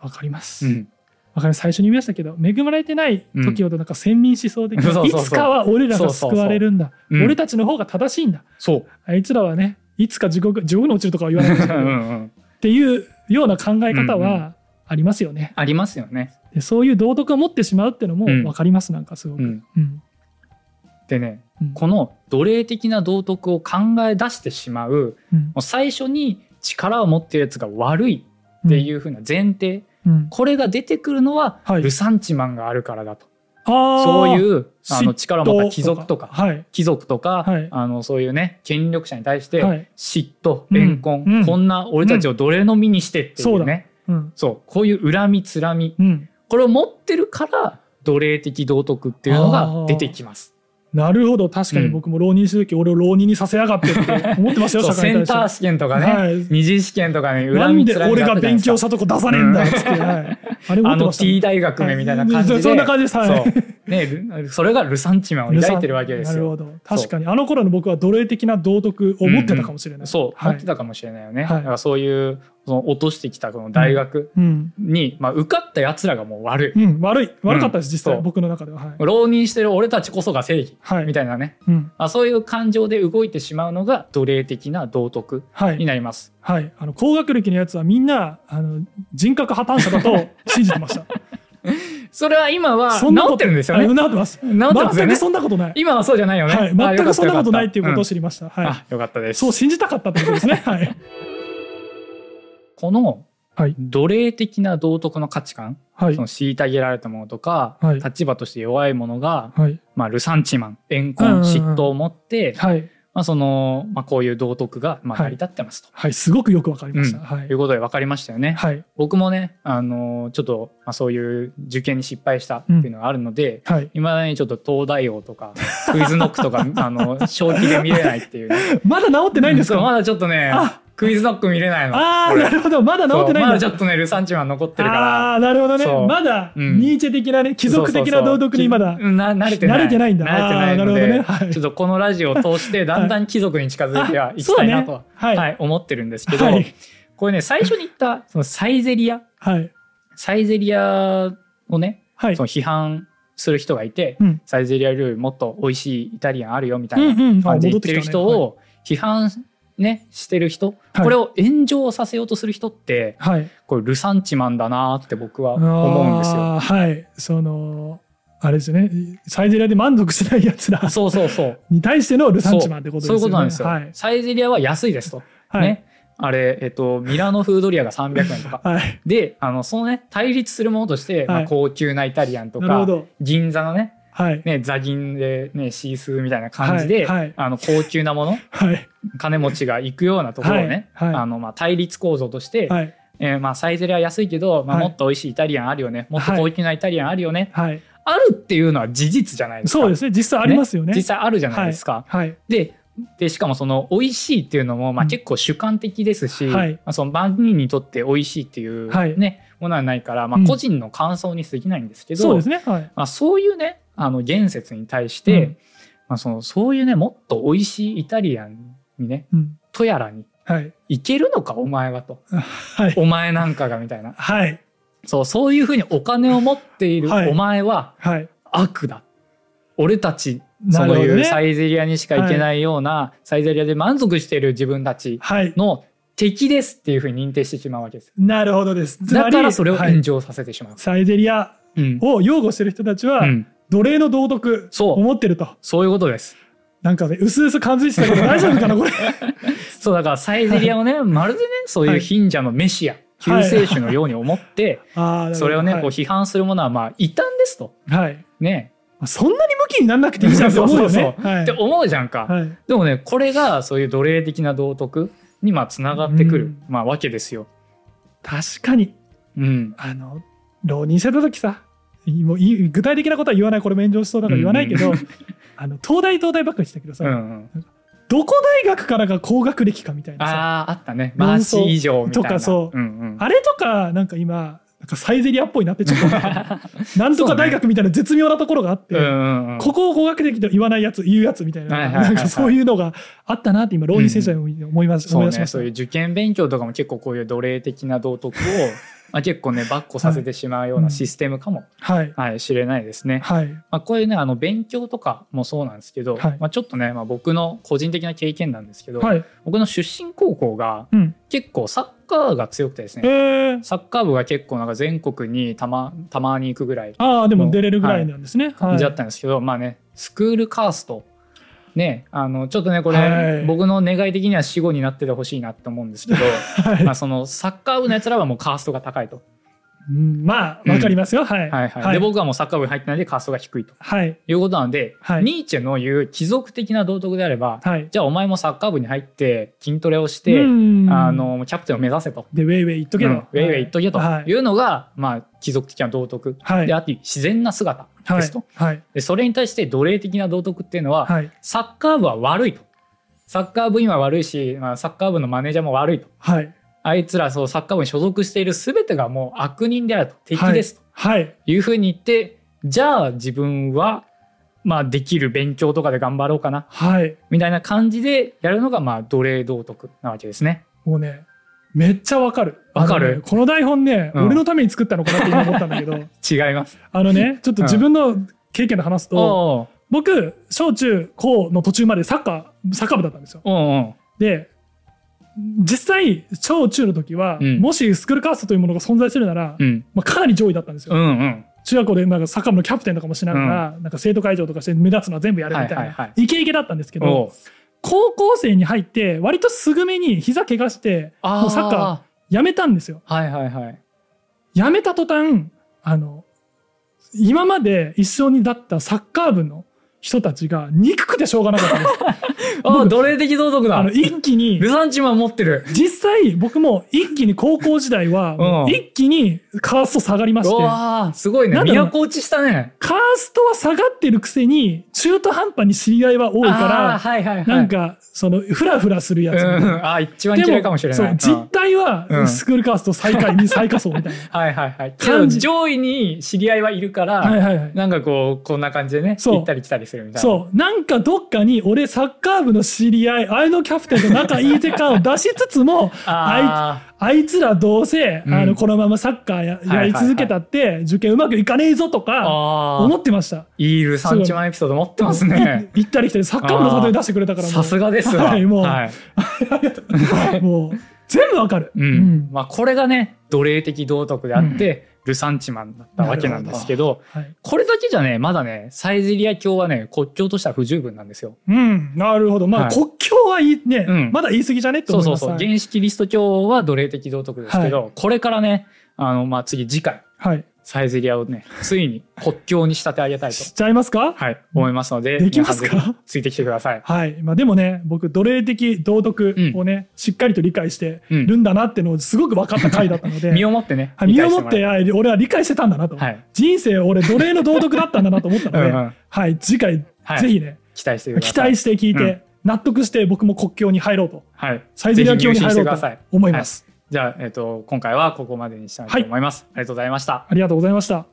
わかります。
い。
わ、かります。最初に言いましたけど、恵まれてない時ほどなんか先民思想的な、
うん そうそうそう
いつかは俺らが救われるんだ。
うん
俺たちの方が正しいんだ。
そう。
あいつらはね、いつか地獄地獄に落ちるとかは言わ
う
ない
ん
ですけど
う
っ
んうん
ていうような考え方
うんう
はありますよね。
ありますよね。
でそういう道徳を持ってしまうっていうのも
うん
わかります、なんかすご
う
く。うん
ん、
うん
でね
うん
この奴隷的な道徳を考え出してしまう
うん
もう最初に力を持ってるやつが悪いっていう風な前提、
うん
これが出てくるのは
はい
ルサンチマンがあるからだと、
あ
そう
う
いうあの力を持った貴族とか
はい
貴族とか、
はい
あのそういうね権力者に対して
はい
嫉妬
うん
怨恨、
うん
こんな俺たちを奴隷の身にしてってい
そう
う
だ
ね、
うん
そうこういう恨みつらみ
うん、
これを持ってるから奴隷的道徳っていうのが出てきます。
なるほど確かに僕も浪人してる時、俺を浪人にさせやがってって思ってましたよ
そう
社会
セ
に
ン
対して
ター試験とかね、
はい
二次試験とかね
な
恨
ん
み
で
つらみ
俺
があ
が
ったじゃない
勉
ですか
強したとこ出さねえんだっつって、はいあれ思
あ
ってま
の
したもん
T 大学名みたいな感じ
は
で、
いそんな感じですはい
そうねルそれがルサンチマンを抱いてるわけです
なる
よ
ほど確かにあの頃の僕は奴隷的な道徳を持ってたかもしれない、
そう
は
持
い
ってたかもしれないよね、
はい
だからそういうその落としてきたこの大学
うん、
に、まあ、受かったやつらがもう悪い、
うん、悪い悪かったです、実
そ
際
う
僕の中でははい、
浪人してる俺たちこそが正義
はい
みたいなね、
うん
まあ、そういう感情で動いてしまうのが奴隷的な道徳
は
に
い
なります、
はい、あの高学歴のやつはみんなあの人格破綻者だと信じて ました
それは今は治
そんなこと
ってるんですよ
あ
ね
の治ってます
治ってますよ
全
ね
くそんなことない、
今はそうじゃないよね、
はい、
あ
全
よか
く
った
そんなことないっていうこと
よ
を
か
知りました、
たうん
はい
あよかったです
そう信じたかったってことですねはい
この
はい
奴隷的な道徳の価値観、
はい
その虐げられたものとか、
はい
立場として弱いものが、
はい
まあ、ルサンチマン怨
うんうん
恨
うん
嫉妬を持って、
はい
まあ、その、まあ、こういう道徳が、まあ、
はい
成り立ってますと、
はいすごくよくわかりました、
うん
はい
い、うことで分かりましたよね。
はい
僕もね、あのちょっと、まあ、そういう受験に失敗したっていうのがあるので、
はい
いまだにちょっと東大王とかクイズノックとか あの正気で見れないっていう、ね、
まだ治って ないんです
そう
か、
まだちょっとね
あ
クイズノック見れないの
あー
俺
なるほどまだ治ってないん
そうま
だ
だちょっとねルサンチマン残ってるから
ああーなるほどね
そう
まだ
うん
ニーチェ的なね貴族的
そう
な
そうそう
道徳にまだ
うんな慣れてない
慣れてないんだ
慣れてないの
あーな
で、
るほどねはい
ちょっとこのラジオを通してだんだん貴族に近づいてはいき
そう
た
だ
いな
ね
とは、
はい
は
はい
い、思ってるんですけど、
はい
これね最初に言ったそのサイゼリア
はい
サイゼリアをね
はい
その批判する人がいて、
うん
サイゼリア料理もっと美味しいイタリアンあるよみた
う
い
ん
な
うんあ
感じで言ってて
戻っきたね
る人を批判ねしてる人、
はい
これを炎上させようとする人って
はいはい
これルサンチマンだなって僕は
あ
思うんですよ。
ーはいそのあれですよねサイゼリアで満足しないやつら
そうそうそう。
に対してのルサンチマンって
そう
こと
そう
ですよ
い
ね
うことなんですよ。
はい
サイゼリアは安いですと。
はい、
ね。あれ、えっと、ミラノフードリアが300円とか。
はい
で、あの、そのね、対立するものとして、ま
は
あ、
い
高級なイタリアンと
なるほ
か、
ど
銀座のね、
はい
ね、座銀でね、シースーみたいな感じで、
はいはい
あの、高級なもの、
はい
金持ちが行くようなところをね、
はいはい
あの、まあ、対立構造として、
はい
えーまあ、サイゼリア安いけど、まあ、
はい
もっと美味しいイタリアンあるよね、もっと高級なイタリアンあるよね、
はい
あるっていうのは事実じゃないですか。
そうですね実際ありますよね
実際あるじゃないですか。
はい
ででしかもその美味しいっていうのもまあ
うん
結構主観的ですし、
はい
まあ、その万人にとって美味しいっていう、ね
はい
ものはないから、ま
う
あ、
ん
個人の感想に過ぎないんですけど、
そうですねはい
まあ、そういうねあの言説に対して、
うん
まあ、そのそういうねもっと美味しいイタリアンにね
うん
とやらに
はい
行けるのかお前はと
はい
お前なんかがみたいな
はい
そうそういうふうにお金を持っている
はい
お前は
はい
悪だ俺たち
な
そ
る
う
ほど
いう
ね
サイゼリアにしか行けないような、サイゼリアで満足している自分たち
はい
の敵ですっていうふうに認定してしまうわけです。
なるほどですつま
だ
り
からそれを
はい
炎上させてしまう。
サイゼリア
うん
を擁護してる人たちは、
うん
奴隷の道徳
そう
思ってると
そういうことです。
なんかね薄々感づいてたけ ど大丈夫かなこれ
そうだからサイゼリアをね、まるでねそう
は
いう
い
貧者のメシア、救世主のように思って、
あー
それをね、
なる
こう
ほ
批判するものはまあ異端ですと。
どはい、はい
ね、
まあそんなに向きにならなくていいじゃんって思うよ
そうそ
ね
うそ
はい
って思うじゃんか。
はい
でもねこれがそういう奴隷的な道徳にまあつながってくる、
うん
まあ、わけですよ。
確かに
うん、
あの浪人してた時さもういい具体的なことは言わないこれも炎上しそうだから言わないけど、
う
あの東大東大ばっかりしてたけどさ、
うんうん
どこ大学からが高学歴かみたいなさあ
あああったねマーチ以上みたいな
とかそうん
うん
れとかなんか今なんかサイゼリアっぽいなってちょっと思った なんと
そ
か
うね
大学みたいな絶妙なところがあって、
うんうんうん
ここを高学歴と言わないやつ言うやつみたいな,、
はいはいはいはい
なんかそういうのがあったなって今浪人生時代に思います、
そ
思いう出し
ね
ました
そういう受験勉強とかも結構こういう奴隷的な道 徳をまあ結構ねばっこさせてしまうようなシステムかも、
はい
はい、知れないですね。
はい
まあ、こういうねあの勉強とかもそうなんですけど、
はい
まあ、ちょっとね、まあ、僕の個人的な経験なんですけど、
はい
僕の出身高校が
うん
結構サッカーが強くてですね
えー、
サッカー部が結構なんか全国にたまたまに行くぐらい
ああでも出れるぐらいなんですね、はい
感じだったんですけど、まあねスクールカーストねあのちょっとねこれ、
はい
僕の願い的には死後になっててほしいなって思うんですけ ど
はい
まあそのサッカー部のやつらはもうカーストが高いと、
うんまあわかりますよ、はい
はいはい
は
で
い
僕はもうサッカー部に入ってないんでカーストが低いと
はい
いうことなんで、
はい
ニーチェの言う貴族的な道徳であれば、
はい
じゃあお前もサッカー部に入って筋トレをして、
うん
あのキャプテンを目指せと。
でウェイウェイ言っとけと、
うんウェイウェイ言っとけと
はい
いうのが、まあ、貴族的な道徳
はい
であって自然な姿
は
で
い
すと、
はい
でそれに対して奴隷的な道徳っていうのは、
はい
サッカー部は悪いとサッカー部員は悪いし、まあ、サッカー部のマネージャーも悪いと
はい
あいつらそうサッカー部に所属している全てがもう悪人であると敵ですと
はい
いうふうに言って、じゃあ自分は、まあ、できる勉強とかで頑張ろうかな
はい
みたいな感じでやるのが、まあ、奴隷道徳なわけですね。
もうねめっちゃわかる
わかる
あのねこの台本ね、
うん
俺のために作ったのかなって今思ったんだけど
違います。
あのねちょっと自分の経験で話すと、
おう
僕小中高の途中までサッカーサッカー部だったんですよ
おうおう
で実際小中の時は、
うん
もしスクールカーストというものが存在するなら、
うん
まあ、かなり上位だったんですよ、
うんうん
中学校でなんかサッカー部のキャプテンとかもしながら、なんか生徒会長とかして目立つのは全部やるみたいな、
はいいはいは
イケイケだったんですけ
お
ど
う
高校生に入って割とすぐめに膝怪我して
あー
もうサッカ辞めたんですよ。
はいはいはい。
辞めた途端あの今まで一緒にだったサッカー部の人たちが憎くてしょうがなかったんです
ああ、
僕
奴隷的道徳
あ
だ
の。一気に
ルサンチマン持ってる。
実際僕も一気に高校時代は
ん
もう一気にカースト下がりまし
う
て
わあ、すごいね。
なんだろう
都落ちしたね。
カーストは下がってるくせに中途半端に知り合いは多い
あー
か
はいはいはい。
らなんかそのフラフラするや
う、
つみたいなん
あー一番嫌いかもしれ
そ
な
う
い。うん
実態
う
は
ん
スクールカースト最下位に最下層みたいな
はいはいはい。けど
感じ
上位に知り合い はいるから、
はいはいはい
なんかこう、こんな感じでね、
そう
行ったり来たりするみたいな。
そうなんかどっかに俺サッカー部の知り合いあれのキャプテンと仲いいぜ感を出しつつも
あ
あいつらどうせ、
うん
あのこのままサッカーや
いはいは
や
い
り続けたって受験うまくいかねえぞと
あ。
か
ああ
思。ってました。
いいルサンチマンエピソード持ってますね。
い行ったり来たりサッカー部の例え出してくれたからもう
さすがですわ。
はいもう
はい
もう全部わかる。
うん
うん
まあ、これがね奴隷的道徳であって、ルサンチマンだったわけなんですけど
はい
これだけじゃねまだねサイゼリア教はね国境としては不十分なんですよ。
うん、なるほど。まあ、
はい
国境はいいね、
うん
まだ言い過ぎじゃねって
そう
思い
そ
ま
う
す。
そう
はい
原始キリスト教は奴隷的道徳ですけど、これからねあの、まあ、次次回
はい。
サイゼリアをねついに国境に仕立て上げたいと
し、ちゃいますかはい。
はい、思いますので
できますか
皆さんぜひついてきてください。
まあ、でもね、僕、奴隷的道徳をね、しっかりと理解して
うん
るんだなってのをすごく分かった回だっ たので、
身をもってね、
はい身をもっ、
理解して
はい俺は理解してたんだなと。
もらえ
人生俺奴隷の道徳だったんだなと思った
はい、
ので、
うんうん
はい、次回、
はい
ぜひね、
期待してください。
期待して聞いて、
うん
納得して僕も国境に入ろうと、
はい、
サイゼリア教に
ぜひ入信
入
して
ろう
くだ
と
さい
思います。
じゃあ、えっと今回はここまでにしたいと思います。ありがとうございました。
ありがとうございました。